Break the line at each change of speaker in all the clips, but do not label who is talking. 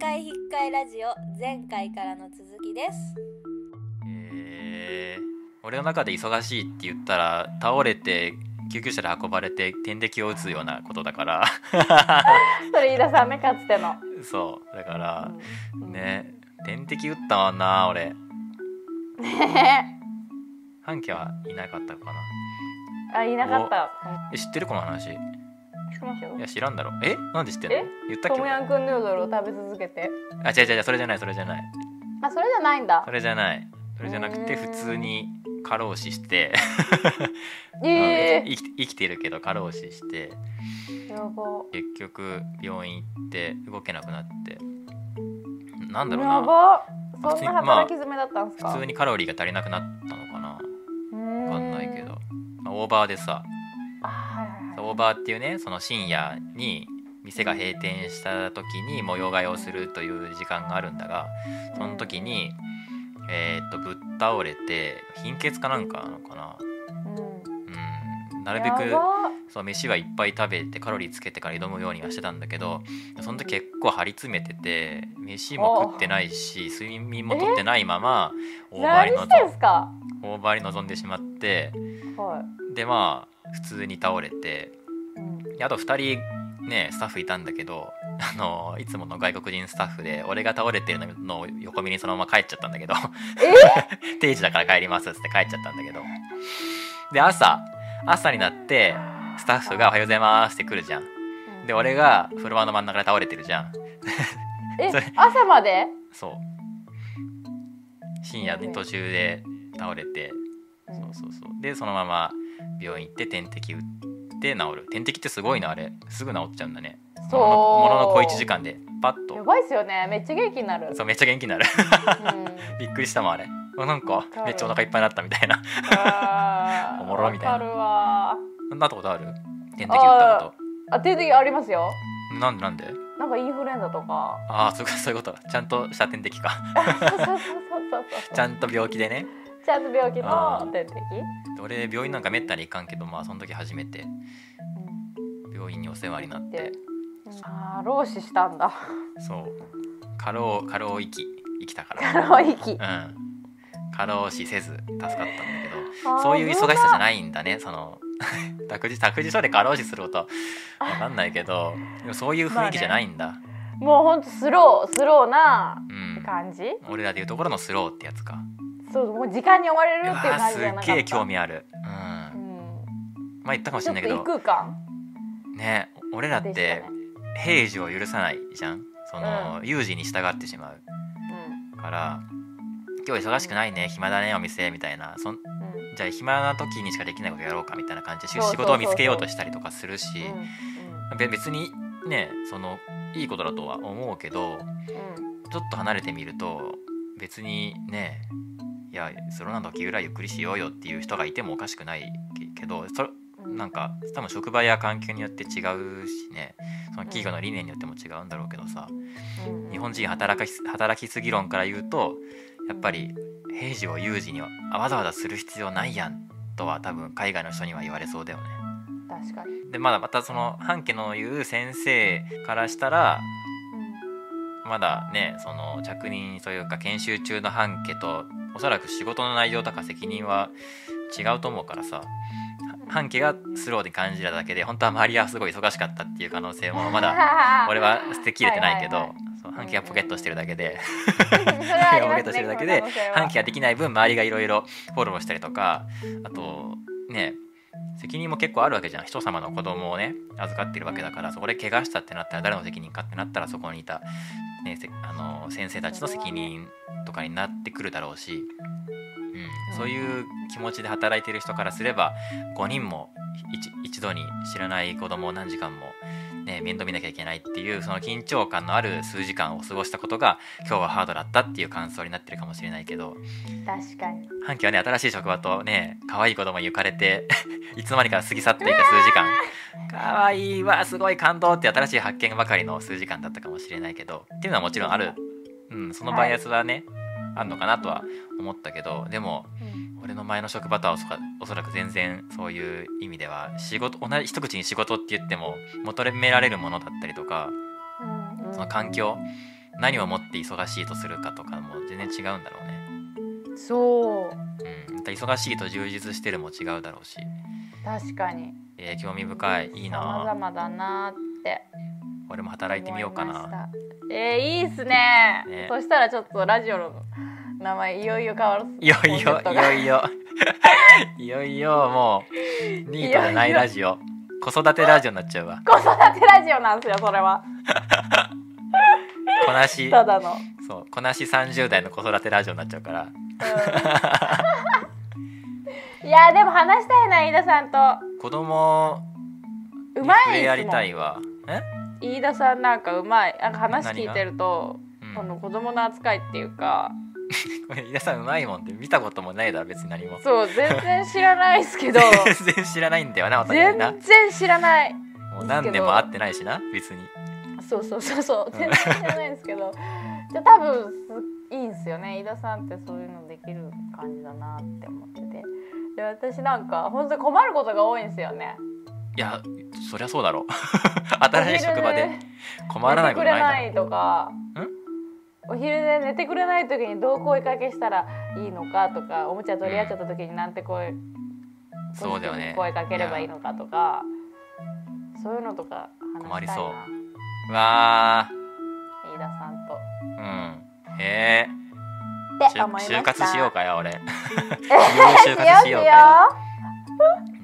外ラジオ前回からの続きです
えー俺の中で忙しいって言ったら倒れて救急車で運ばれて点滴を打つようなことだから
それ言い出さんねかつての、
そうだから
うん
ね点滴打ったわ な俺
ね
半家はいなかったかな
あいなかった
え知ってるこの話い
聞きますよ
や知らんだろえなんで知ってんの
え
言ったっ
ト
け
ム
俺
ヤンクンヌードルを食べ続けて
あ違う違う違うそれじゃないそれじゃない
あそれじゃないんだ
それじゃないそれじゃなくて
うー
普
ん
通に過労死して、
ええ
生き生きてるけど過労死して
やば
結局病院行って動けなくなってなんだろう
や
な
ば
まあ
そんな働き詰めだったんですか、
普通にカロリーが足りなくなったのかな
分
わかんないけど、まあオーバーでさ
はいはいはい
オーバーっていうねその深夜に店が閉店した時に模様替えをするという時間があるんだがその時に、えーっとぶっ倒れて貧血かなんかなのかな、うん、なるべく
やば
そう飯はいっぱい食べてカロリーつけてから挑むようにはしてたんだけどその時結構張り詰めてて飯も食ってないし睡眠もとってないままオーバ
何
ーに
してん
臨
すか
んオーバーに臨んでしまって
は
でまあ普通に倒れて
い、うん、
あと2人ねスタッフいたんだけどあのいつもの外国人スタッフで俺が倒れてるのを横目にそのまま帰っちゃったんだけど 「定時だから帰ります」っつって帰っちゃったんだけどで朝朝になってスタッフが「おはようございます」って来るじゃん。で俺がフロアの真ん中で倒れてるじゃん
え
それ
朝まで、
そう深夜に途中で倒れて
う
そ
ん
うそうそうでそのまま病院行って点滴打って治る点滴ってすごいなあれすぐ治っちゃうんだね
そう
もののものの小1時間でパッ
や
と
ばいっすよねめっちゃ元気になる、
そうめっちゃ元気になる
うん
びっくりしたもんあれあなんか
かる
めっちゃお腹いっぱいになったみたいな
あー
おもろみたいな
わかるわ
なったことある点滴打ったこ
あ定滴ありますよ
となんでなんで
なんかインフルエンザとか
ああそうかそういうことちゃんとした点滴か
そうそうそうそうそう
ちゃんと病気でね
ちゃんと病気の点滴
俺病院なんかめったに行かんけどまあその時初めて病院にお世話になって
うんあー老死したんだ
そう過労過労息生きたか
過労息
らうん過労死せず助かったんだけど
あー
そういう忙しさじゃないんだねその 託児託児所で過労死することわかんないけどでもそういう雰囲気じゃないんだ、
もうほんとスロースローな感じ
うん俺らでいうところのスローってやつか
そうもう時間に追われ
う
る
わ
っていう
ー
感じ
す
じゃなか
っ
った
げえ興味あるう
うんん
まあ言ったかもし
ちょ
れ
っ
ない
と
け
異
ど
空間
ね俺らっ
でしてたね
平時を許さないじゃんその、有事に従ってしまうから「今日忙しくないね暇だねお店」みたいなそん
うんうん
じゃあ暇な時にしかできないことやろうかみたいな感じで
そうそう
仕事を見つけようとしたりとかするし
う
べ別にねそのいいことだとは思うけど
んうんうん
ちょっと離れてみると別にねいやそれなんだ時ぐらいゆっくりしようよっていう人がいてもおかしくないけけどそれ
うん
なんか多分職場や環境によって違うしねその企業の理念によっても違うんだろうけどさ、
うん
日本人働きす働きすぎ論から言うとやっぱり平時を有事にはわざわざする必要ないやんとは多分海外の人には言われそうだよね。
確かに、
でまだまたその半家の言う先生からしたらまだねその着任というか研修中の半家とおそらく仕事の内容とか責任は違うと思うからさ半家がスローで感じただけで本当は周りはすごい忙しかったっていう可能性もま だ
だ
俺は捨てきれてない
はい
けど
は
そう半家がポケットしてるだけで。
いはい、それ はあり
ボ
ま
ケ
す
と
ね
してるだけで
この可能性は
反旗ができない分周りがいろいろフォローしたりとかあとね責任も結構あるわけじゃん人様の子供をね預かってるわけだからそこで怪我したってなったら誰の責任かってなったらそこにいた、ね、せあの先生たちの責任とかになってくるだろうし、うん、そういう気持ちで働いてる人からすれば5人も一一度に知らない子供を何時間も、ね、面倒見なきゃいけないっていうその緊張感のある数時間を過ごしたことが今日はハードだったっていう感想になってるかもしれないけど
確かに
半期はね新しい職場とね可愛い子供に浮かれて いつの間にか過ぎ去っていた数時間 可愛いわすごい感動って新しい発見ばかりの数時間だったかもしれないけどっていうのはもちろんある、うん、そのバイアスはね、あるのかなとは思ったけどでも俺の前の職場とはおそかおそらく全然そういう意味では仕事同じ一口に仕事って言っても求められるものだったりとか
うんうん
その環境何をもって忙しいとするかとかも全然違うんだろうね。
そう
うん、また忙しいと充実してるも違うだろうし、
確かに
えー興味深いいい
様
な
々だなって
俺も働いてみようか
思い
な
ましたえー、いいっすね
ね
そしたらちょっとラジオの名前いよいよ変わる
いよい
コン
よ
セプト
い
が
よいよ いよいよもうニートじゃないラジオ子育てラジオになっちゃうわ
子育てラジオなんですよそれ は
こなした
だの、うん
そうこなし30代の子育てラジオになっちゃうから
いやでも話したいな飯田さんと
子供
う
に
ま
触
い
れや
です
り
も
たい
ん
わえ、
飯田さんなんかうまいなんか話
何
聞
が
いてると
うん、
こ
こ
の子供の扱いっていうか
れ皆さんうまいもんって見たこともないだろ別に何も
そう全然知らないです けど
全然知らないんだよな私
全
な
然知らない
もう何年も会ってないしな別に
そうそうそうそう全然知らないんですけどじゃあ多分すいいんですよね飯田さんってそういうのできる感じだなって思っててで私なんか本当に困ることが多いんですよね
いやそりゃそうだ ろう新しい職場で困らないこ
寝てく
とないだろ
れないとか
ん
お昼寝寝てくれない時にどう声かけしたらいいのかとかおもちゃ取り合っちゃった時になんて声
そうだよね
声かければいいのかとかそういうのとか
困
話
り
したい
そう
な
うわ
飯田さんと。
ーうんへえ
って思いました
就活しようかよ 俺
しよ
就活しようか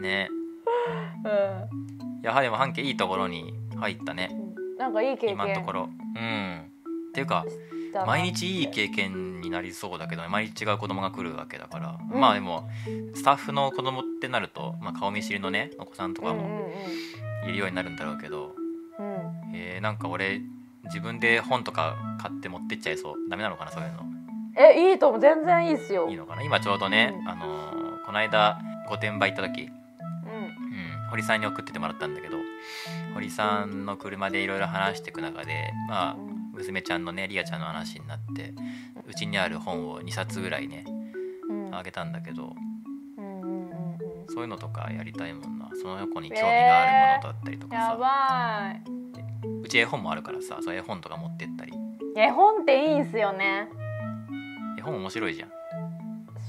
ね
うよ
いやはりも半径いいところに入ったね
うん、なんかいい経験
今のところうんっていうか
だな
毎日いい経験になりそうだけどね毎日違う子供が来るわけだから、
うん
まあでもスタッフの子供ってなると、まあ、顔見知りのねお子さんとか
うん
も
うん
いるようになるんだろうけど、
うんうん
えーなんか俺自分で本とか買って持ってっちゃいそうダメなのかなそういうの
えいいと思う全然いいっすよ
いいのかな今ちょうどね、
うん
あのーこの間御殿場行った
う
時、
ん
うん、堀さんに送っててもらったんだけど堀さんの車でいろいろ話していく中でまあ
うん
娘ちゃんのねリアちゃんの話になってうちにある本を2冊ぐらいね
うん
あげたんだけど
うんうんうんうん
そういうのとかやりたいもんなその横に興味があるものだったりとか
や
さ、
ばいう
ち絵本もあるからさそう絵本とか持ってったり
絵本っていいんすよね
絵本面白いじゃん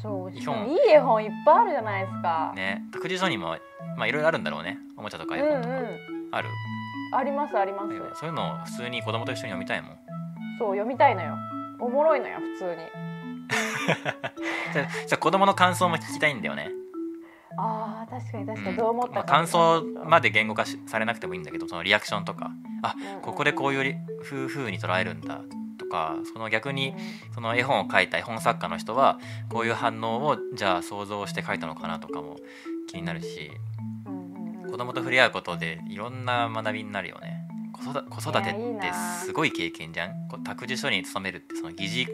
そう
絵本
いい絵本いっぱいあるじゃないですか、
ね託児所にもまあいろいろあるんだろうねおもちゃとか
う
絵
んう
本とか、
ん
ある
ありますあります、
そういうのを普通に子供と一緒に読みたいもん
そう読みたいのよおもろいのよ普通に
じゃあじゃあ子供の感想も聞きたいんだよね。
あー確かに確か
うん
にどう思ったか、
まあ、感想まで言語化しされなくてもいいんだけどそのリアクションとかあ
うんうん
ここでこういうりふうふうに捉えるんだとかその逆にその絵本を書いた絵本作家の人はこういう反応をじゃあ想像して書いたのかなとかも気になるし
うんうんうん
子供と触れ合うことでいろんな学びになるよね。子育子育てっ
いやいい
て
な
すごい経験じゃんこう託児所に勤めるってその疑似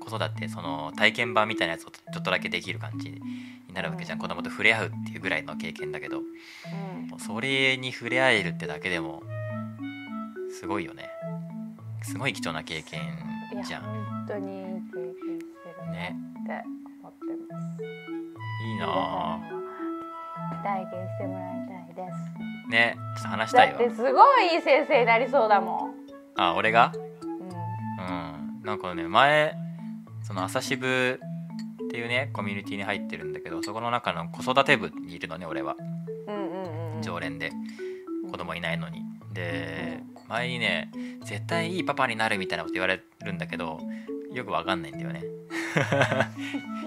子育てその体験版みたいなやつをちょっとだけできる感じになるわけじゃ
う
ん、
ん
子供と触れ合うっていうぐらいの経験だけど
うん
それに触れ合えるってだけでもすごいよねすごい貴重な経験
いや
じゃん
本当にいい経験してるね
ね
って思ってます。
いい
皆さ
なん
にも体験してもらいたいで
ぁねちょっと話し
す。
た
だ
い
っ
わ
てすごいいい先生になりそうだもん。
あ俺が
うん、
うんなんかね前その朝渋っていうねコミュニティに入ってるんだけどそこの中の子育て部にいるのね俺は
うんうんうん。
常連で子供いないのにで前にね絶対いいパパになるみたいなこと言われるんだけどよくわかんないんだよねよ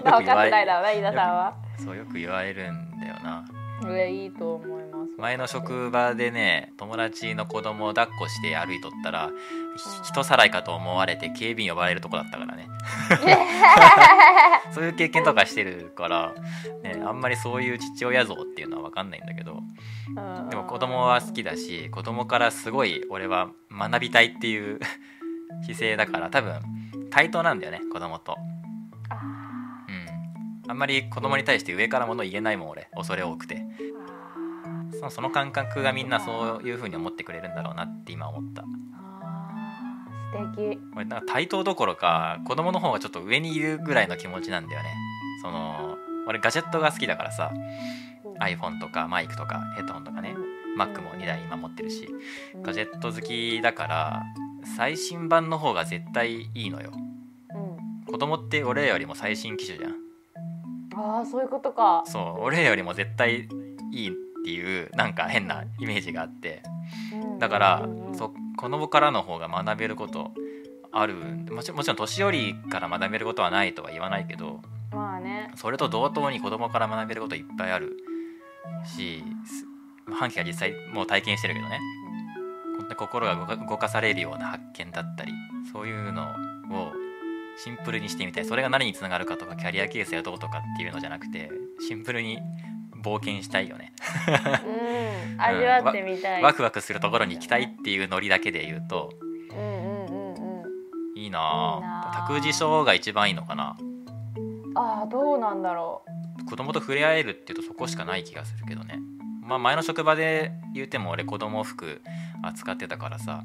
まあ分
く言
かっ
わ
てない
れ
だろうな飯田さんは。
そうよく言われるんだよない
やいいと思います。
前の職場でね友達の子供を抱っこして歩いとったらひ人さらいかと思われて警備員呼ばれるとこだったからねそういう経験とかしてるから、ね、あんまりそういう父親像っていうのは分かんないんだけど
うん
でも子供は好きだし子供からすごい俺は学びたいっていう 姿勢だから多分対等なんだよね子供と、
あ
うん、あんまり子供に対して上から物言えないもん俺恐れ多くて
ーあ
そのその感覚がみんなそういう風に思ってくれるんだろうなって今思った
ーあー素敵。
俺なんか対等どころか子供の方がちょっと上にいるぐらいの気持ちなんだよねその俺ガジェットが好きだからさ iPhone とかマイクとかヘッドホンとかね Mac も2台今持ってるしガジェット好きだから最新版の方が絶対いいのよ
うん
子供って俺らよりも最新機種じゃん
ああそういうことか
そう俺らよりも絶対いいっていうなんか変なイメージがあってだからそ子供からの方が学べることあるもちもちろん年寄りから学べることはないとは言わないけど
うんまあ ね
それと同等に子供から学べることいっぱいあるしす半期が実際もう体験してるけどねこんな心が動か動かされるような発見だったりそういうのをシンプルにしてみたいそれが何につながるかとかキャリア形成はどうとかっていうのじゃなくてシンプルに冒険したいよね
うん味わってみたい
ワクワクするところに行きたいっていうノリだけで言うと
うんうんうんうん
いいない
いな
ぁ
あ
託児所が一番いいのかな
ああどうなんだろ
子供と触れ合えるっていうとそこしかない気がするけどねまあ前の職場で言うても俺子供服扱ってたからさ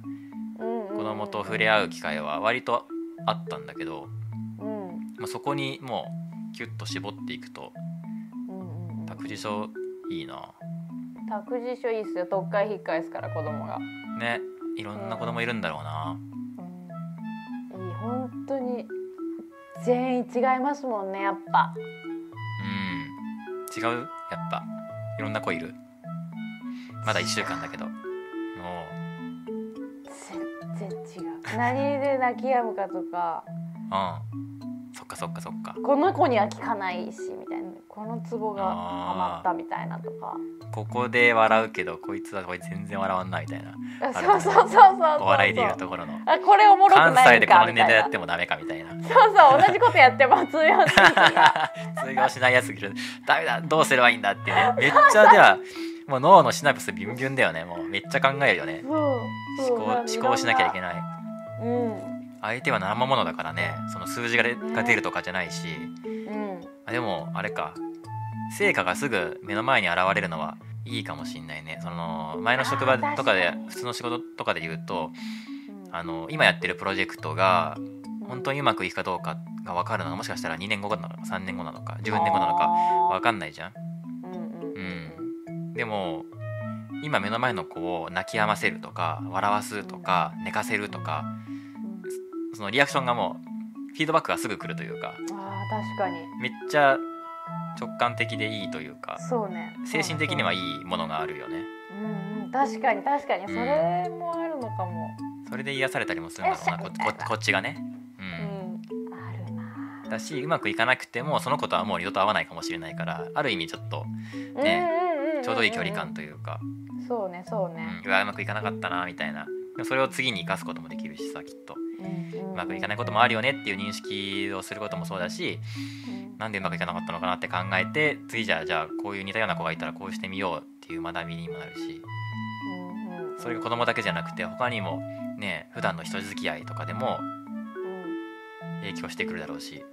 う、うんうん、
子供と触れ合う機会は割とあったんだけど、
うんうん
まあ、そこにもうキュッと絞っていくと
うんうん
託児所いいな
託児所いいっすよ特会引っかえすから子供が、
ねいろんな子供いるんだろうな
うん、いい本当に全員違いますもんねやっぱ
うん違うやっぱいろんな子いるまだ1週間だけどもう
全然違う何で泣き止むかとか
うんそっかそっかそっか
この子には効かないしみたいなこのツボがハマったみたいなとか
ここで笑うけどこいつはこれ全然笑わんないみたいな
あ
あ
そ
の
うそうそうそうそう
お笑いでいうところの
あこれおもろく
関
な
西
い
で
ん
こ
か
の
み
ネ
た
タ
い
や
な
ってもダメかみ たいな
そうそう同じことやっても通用するし
通用しないやついるダメだどうすればいいんだってねめっちゃではもう脳のシナプスビュンビュンだよねもうめっちゃ考えるよね
そう
思
そう
考思考しなきゃいけ
い
ない
ろんな
相手は生ものだからねその数字がで
ね
が出るとかじゃないし
うんうん
あでもあれか成果がすぐ目の前に現れるのはいいかもしんないねその前の職場とか
あー
で
確かに
普通の仕事とかで言うとあの今やってるプロジェクトが本当
に
にうまくいくかどうかが分かるのがもしかしたら2年後なのか3年後なのか10年後なのか分
か
かんないじゃん
うんうん
でも今目の前の子を泣き止ませるとか笑わすとか寝かせるとかそのリアクションがもうフィードバックがすぐ来るというか
あー確かに
めっちゃ直感的でいいというか
そうね
精神的にはい
い
いものがあるよね
うんうん確かに確かにそれもあるのかも
それで癒されたりもするんだろうなこここっちがね
う
うん
んあるな
だしうまくいかなくてもその子とはもう二度と会わないかもしれないからある意味ちょっとね
うんうんうんうん
ちょうどいい距離感というか
そうねそう
うん
ね
うわうまくいかなかったなみたいなでもそれを次に生かすこともできるしさきっとう
う
まくいかないことともあるよねっていう認識をすることもそうだしなんでうまくいかなかったのかなって考えて次じゃあじゃあこういう似たような子がいたらこうしてみようっていう学びにもなるしそれが子供だけじゃなくて他にもね普段の人付き合いとかでも影響してくるだろうし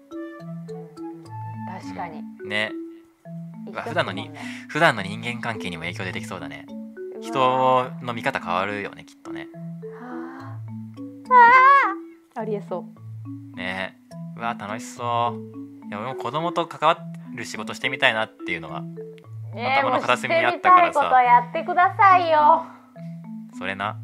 確かに
ね
一緒
わ
かもね
普段のに普段の人間関係にも影響出てきそうだね
うわ
人の見方変わるよねきっとね
あーありえそう
ねうわ楽しそういや俺も子供と関わる仕事してみたいなっていうのは
ねえ
頭の片隅にあったからさ
もうしてみたいことやってくださいよ
それな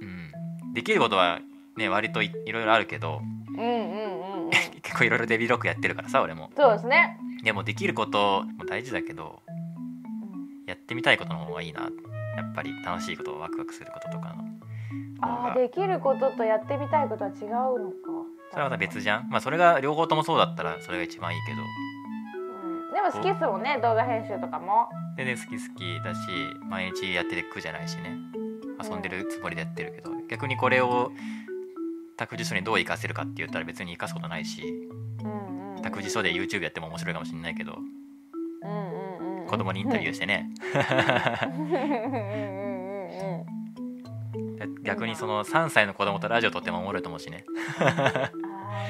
うんできることはね割といいろいろあるけど
うんうんう んうん
結構いろいろデビロックやってるからさ俺も
そうですね
でもできることも大事だけどやってみたいことの方がいいなやっぱり楽しいことワクワクすることとかの方
あ
が
ーできることとやってみたいことは違うのか
それはまた別じゃんまあそれが両方ともそうだったらそれが一番いいけど
うんでも好きっすもんね動画編集とかも
でね好き好きだし毎日やってて苦じゃないしね遊んでるつもりでやってるけど逆にこれを託児所にどう活かせるかって言ったら別に活かすことないし
うんうん
託児所で
う
YouTube やっても面白いかもしれないけど
うんうんうん
子供にインタビューしてね
うんうんうんうん
逆にその3歳の子供とラジオ撮ってもおもろいと思うしね
あー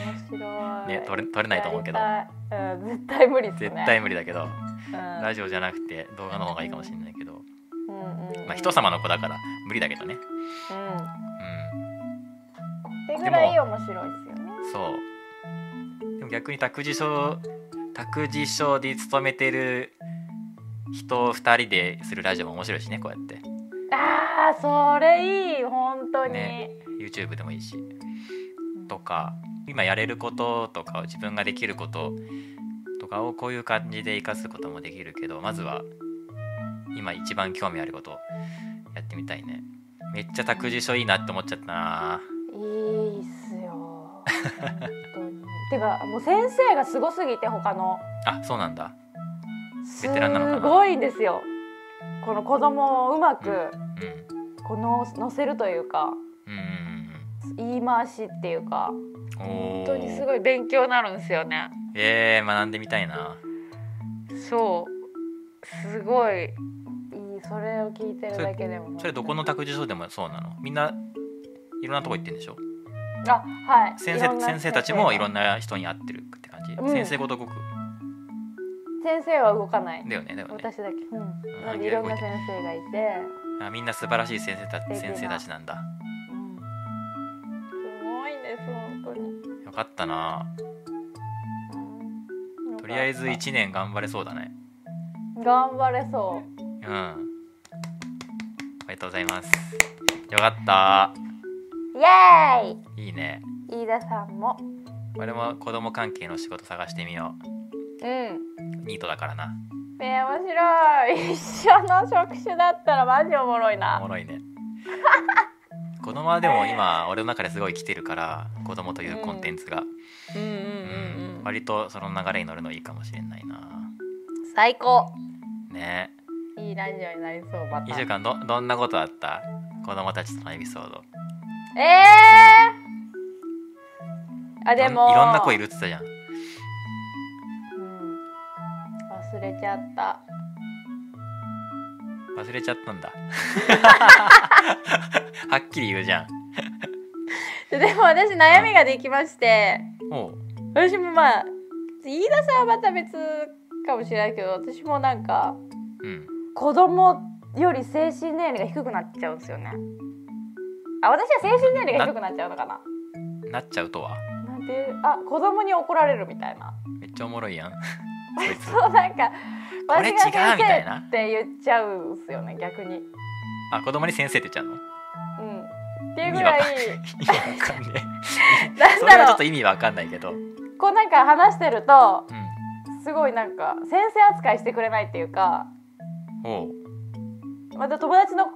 面白い
ね撮れ撮れないと思うけど
やりたいうん絶対無理っすね
絶対無理だけど
うん
ラジオじゃなくて動画の方がいいかもしれないけど
うんうんうん
まあ人様の子だから無理だけどね
うん
う
ってぐらい面白いっすよね
んそうでも逆に託児所託児所で勤めてる人2人でするラジオも面白いしねこうやって
あーそれいい本当に、
ね YouTube でもいいしとか今やれることとか自分ができることとかをこういう感じで生かすこともできるけどまずは今一番興味あることやってみたいねめっちゃ託児所いいなって思っちゃったない
いっすよ本当にてかもう先生がすごすぎて他の
あそうなんだ
す
ベテランなのかな
ごいんですよこの子供をうまく
うんうん
この乗せるというか
うん
言い回しっていうか
うんお
本
お
当にすごい勉強になるんですよね
えー、学んでみたいな
そうすごいいいそれを聞いてるだけでも
それどこの託児所でもそうなのみんないろんなとこ行ってんでしょ
あはい
先
いろんな
生先生たちもいろん
な
な人に会ってるって感じ、
うん
先生ごとごく
先生は動かない
だよねだよね
私だけ、うん、
ん
なんでいろんな先生がいて、
あみんな素晴らしい先生た
素敵な
先生たちなんだ
うん、すごいんです本当に
よかったな
うん
とりあえず1年頑張れそうだね
頑張れそ
うんありがとうございますよかった
うイエー
いいね
イ飯田さんも
俺も子供関係の仕事探してみよ
うん
うニートだからな
ね面白い 一緒の職種だったらマジおもろい
おも
な
ろいね子供はでも今俺の中ですごい来てるから子供というコンテンツが、
うんうん
うん割とその流れに乗るのいいかもしれないな
最高
ね
いいラジオになりそうま
1
た
週間どどんなことあった子供たちとのエピソード
ええー、あでも
いろんいろんな子いるっつったじゃん
うん、忘れちゃった
忘れちゃっ たんだはっきり言うじゃん
ででも私悩みができまして
おう
私もまあ飯田さんはまた別かもしれないけど私もなんか
うん
子供より精神年齢が低くなっちゃうんですよねあ私は精神年齢が低くなっちゃうのかな
なっちゃうとは
なんていうあ子供に怒られるみたいな
めっちゃおもろいやんそいつ
そうなんか
これ違う
私が先
みたい
生
な
って言っちゃうんですよね逆にうん
あ子供に先生って言っちゃうの
っていうぐらい
意味わかんね
な
え
ん
それ
だ
はちょ
ろ
っと意味わかんないけど、うん、
うこうなんか話してるとすごいなんか先生扱いしてくれないっていうか
おう
また友達の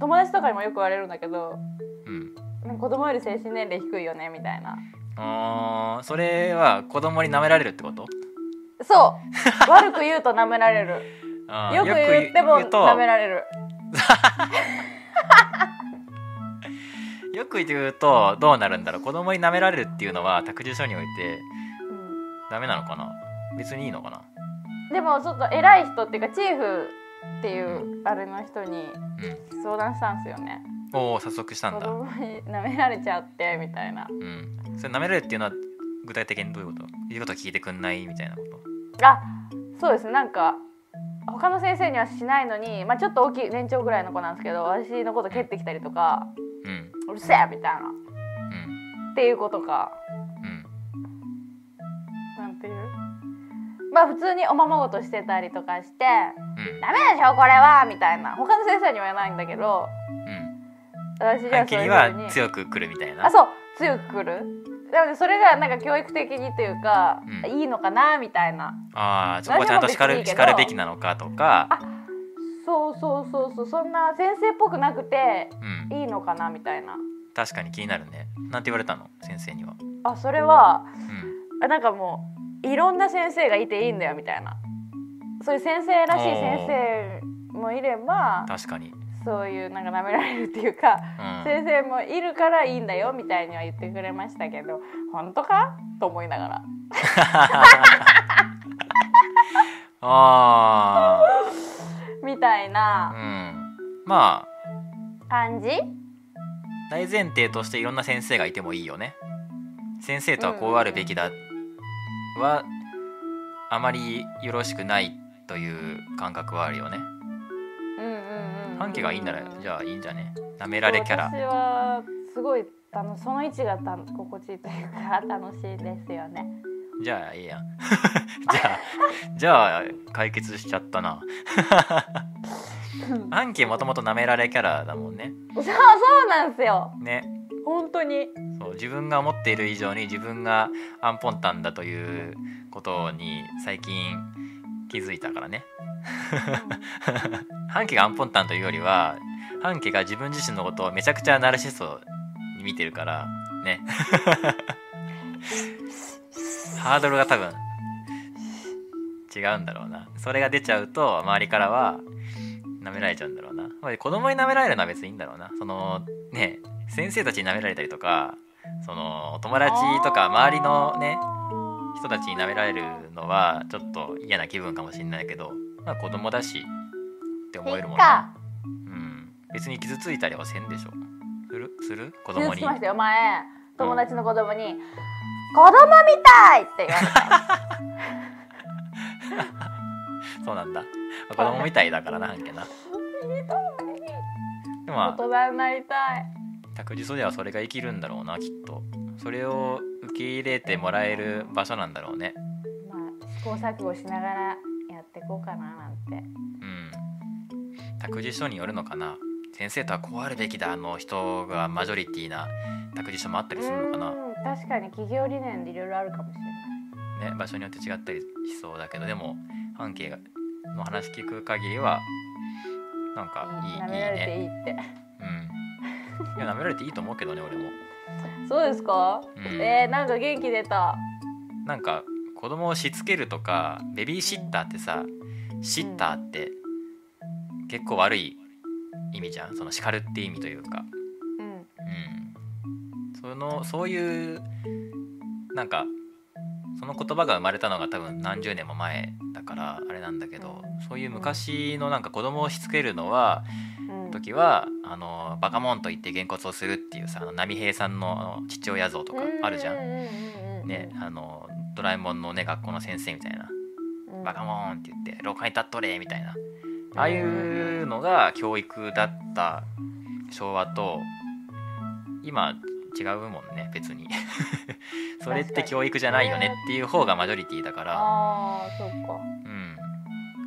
友達とかにもよく言われるんだけど
うん
なんか子供より精神年齢低いよねみたいな
あーそれは子供に舐められるってこと
そう 悪く言うと舐められる
あー
よく言っても
よく言うと
舐められる
よく言うとどうなるんだろう子供に舐められるっていうのは託児所において
う
ダメなのかな別にいいのかなん
でもちょっと偉い人っていうかチーフっていうあれの人に
うん
相談したんですよね
おお早速したん
子
だ
供に舐められちゃってみたいな
うんそれ舐められるっていうのは具体的にどういうこと言うこと聞いてくんないみたいなこと
あそうですねなんか他の先生にはしないのに、まあ、ちょっと大きい年長ぐらいの子なんですけど私のこと蹴ってきたりとか
うん
うるせえみたいな
うん
っていうことか
うん
なんていうまあ普通におままごとしてたりとかして
う
「
ん
ダメでしょこれは」みたいな他の先生には言わないんだけど
うん
私に
反
はそう
旗
い
に
うふう
は
に
強く来るみたいな
あそう強くくるなのでそれがなんか教育的にというか、
うん
いいのかなみたいな
あーそこはちゃんと叱
何でも別にいい
る
けど
叱るべきなのかとか
そうそうそうそうそんな先生っぽくなくて
うん
いいのかなみたいな
確かに気になるねなんて言われたの先生には
あそれは
うん
あなんかもういろんな先生がいていいんだよみたいなそういう先生らしい先生もいれば
確かに
そういうなんか舐められるっていうか
うん
先生もいるからいいんだよみたいには言ってくれましたけど本当かと思いながら
あ
みたい
あう
なん
まあ
感じ
大前提としていろんな先生がいてもいいよね先生とはこうあるべきだはあまりよろしくないという感覚はあるよね
うんうんうん
半径がいいんならじ
ゃ
ゃあいいんじゃねなめられキャラ
私はすごいあのその位置がた心地いいというか楽しいですよね
じゃあいいやん じゃあじゃあ解決しちゃったなアンキーもともと舐められキャラだもんね
そうそうなんですよ
ね
本当に
そう自分が思っている以上に自分がアンポンタンだということに最近気づいたからね ハンキがアンポンタンというよりはハンキが自分自身のことをめちゃくちゃナルシストに見てるからねハードルが多分違うんだろうなそれが出ちゃうと周りからは舐められちゃうんだろうなまあ子供に舐められるのは別にいいんだろうなそのね先生たちに舐められたりとかそのお友達とか周りのね人たちに舐められるのはちょっと嫌な気分かもしれないけど、まあ、子供だしって思えるもんな、
か
うん、別に傷ついたりはせんでしょするする子
傷
供
つ
に
きましたよ前友達の子供に「子供みたい!」って言われた
そうなんだ子供みたいだからなハンケなで
大
もまあ
人になりたい
託児所ではそれが生きるんだろうなきっとそれを受け入れてもらえる場所なんだろうね
まあ試行錯誤しながらやっていこうかななんて
うん託児所によるのかな先生とはこうあるべきだの人がマジョリティな託児所もあったりするのか
う
な
ん確かに企業理念でいろいろあるかもしれない
ね、場所によって違ったりしそうだけどでも半径の話聞く限りはなんかいいいい
舐められて
ね
いいって。
うんいや舐められていいと思うけどね俺も
そうですか。
うん
えー、なんか元気出た。
なんか子供をしつけるとかベビーシッターってさシッターって結構悪い意味じゃんその叱るって意味というか
うん。
うんそのそういうなんかその言葉が生まれたのが多分何十年も前だからあれなんだけどそういう昔のなんか子供をしつけるのは
うん。
時は「あのバカモン」と言ってげんこつをするっていうさあの波平さんのあの父親像とかあるじゃ
うん
ん。
うんうんうん。
ね、あのドラえもんのね学校の先生みたいな
うん。
バカモンって言って廊下に立っとれみたいなああいうのが教育だった昭和と今違うもんね別に それって教育じゃないよねっていう方がマジョリティだから、
ああ、そうか。
うん、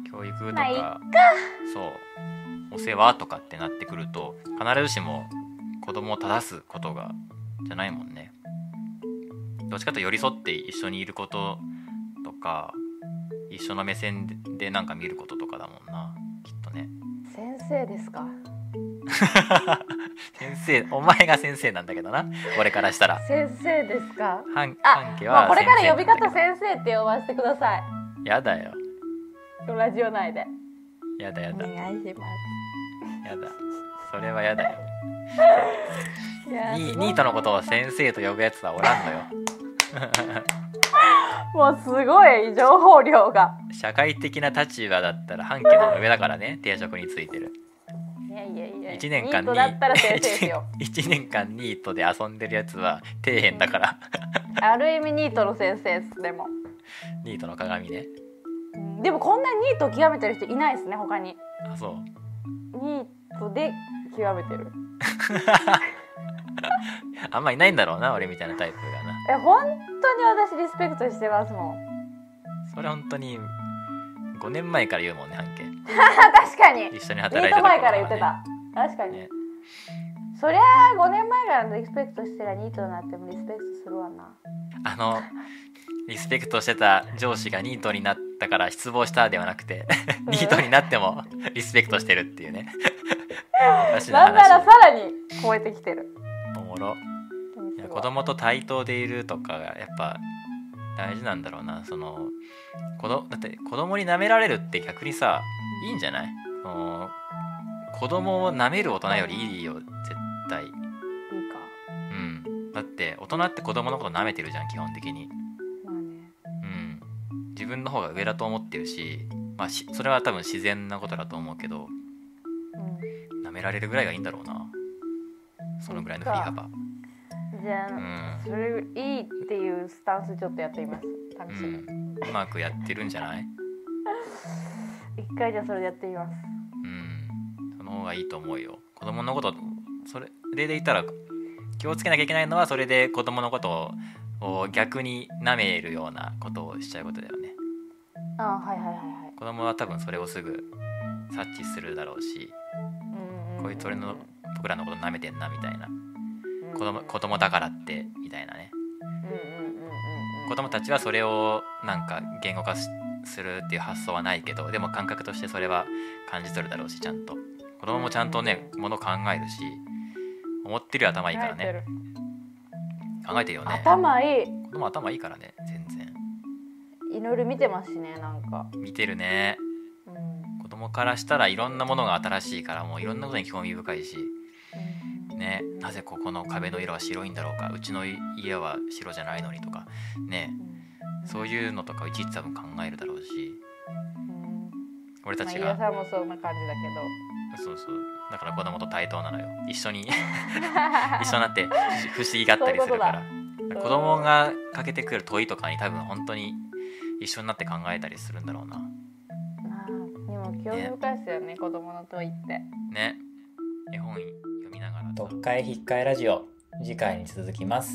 教育と
まあいっか
かそうお世話とかってなってくると必ずしも子供を正すことがじゃないもんねどっちかというと寄り添って一緒にいることとか一緒の目線ででなんか見ることとかだもんなきっとね
先生ですか。
先生お前が先生なんだけどな俺からしたら
先生ですか。
半
あ
半家、
まあ
は
これから呼び方
生な
先
んだ
生って呼ばせてください。
けどやだよ
ラジオ内で。
やだやだ
願いしま
やだそれはやだよ
す。いや
ニ
す
ー
ごい
ニートのことを先生と呼ぶやつはおらんのよ
もうすごい情報量が。
社会的な立場だったら半径の上だからね定職についてる
いやいやいや。
1年間
ニート
に
だったら先生ですよ。
1年間ニートで遊んでるやつは底辺だから
ある意味ニートの先生ですでも。
ニートの鏡ね
うんでもこんなにニートを極めてる人いないですね他に。
あそう
ニートで極めてる。
あんまいないんだろうな俺みたいなタイプがな
え本当に私リスペクトしてますもん。
それ本当に5年前から言うもんね半径
あ確かに。ニ
一緒に働いて
ート
た頃
前から
ね
言ってた。確かに。
ね
そりゃあ5年前からのリスペクトしてらニートになってもリスペクトするわな。
あのリスペクトしてた上司がニートになったから失望したではなくて
うん
ニートになってもリスペクトしてるっていう ねおかしな
なんなら
話
さらに超えてきてる。
おもろい
す
や
ごい
子供と対等でいるとかがやっぱ大事なんだろうなその子どだって子供に舐められるって逆にさいいんじゃないその子供を舐める大人よりいいよ絶対
いいか。
うんだって大人って子供のこと舐めてるじゃん基本的に
まあね。
うん自分の方が上だと思ってるし,、まあ、しそれは多分自然なことだと思うけど
う
舐められるぐらいがいいんだろうなそのぐらいの振り幅
ん、じゃあ、
うん
それいいっていうスタンスちょっとやってみます。
う
試しに。
んうまくやってるんじゃない
一回じゃあそれでやってみます。
うんその方がいいと思うよ子供のことそれ例で言ったら気をつけなきゃいけないのはそれで子供のことを逆に舐めるようなことをしちゃうことだよね
あはいはいはいはい。
子供は多分それをすぐ察知するだろうし
うん
こいつ俺の僕らのこと舐めてんなみたいな子供子
と
供だからってみたいなね子供たちはそれをなんか言語化しするっていう発想はないけどでも感覚としてそれは感じ取るだろうしちゃんと子供もちゃんとねもの考えるし思ってるより頭いいからね考えてるよね
頭いい
子供頭いいからね全然
祈る見てますしねなんか、
見てるね
うんうん
子供からしたらいろんなものが新しいからもういろんなことに興味深いしねなぜここの壁の色は白いんだろうかうちの家は白じゃないのにとかねそういうのとかをいちいち多分考えるだろうし
うん
俺
ま
た
あ、飯
ち
田
が
さんもそんな感じだけど
そうそうだから子供と対等なのよ一緒に一緒になって不思議があったりするから
だ
子供がかけてくる問いとかに多分本当に一緒になって考えたりするんだろうな
まあでも興味深いですよね子供の問いって
ね絵本読みながらさ
読解引っかえラジオ次回に続きます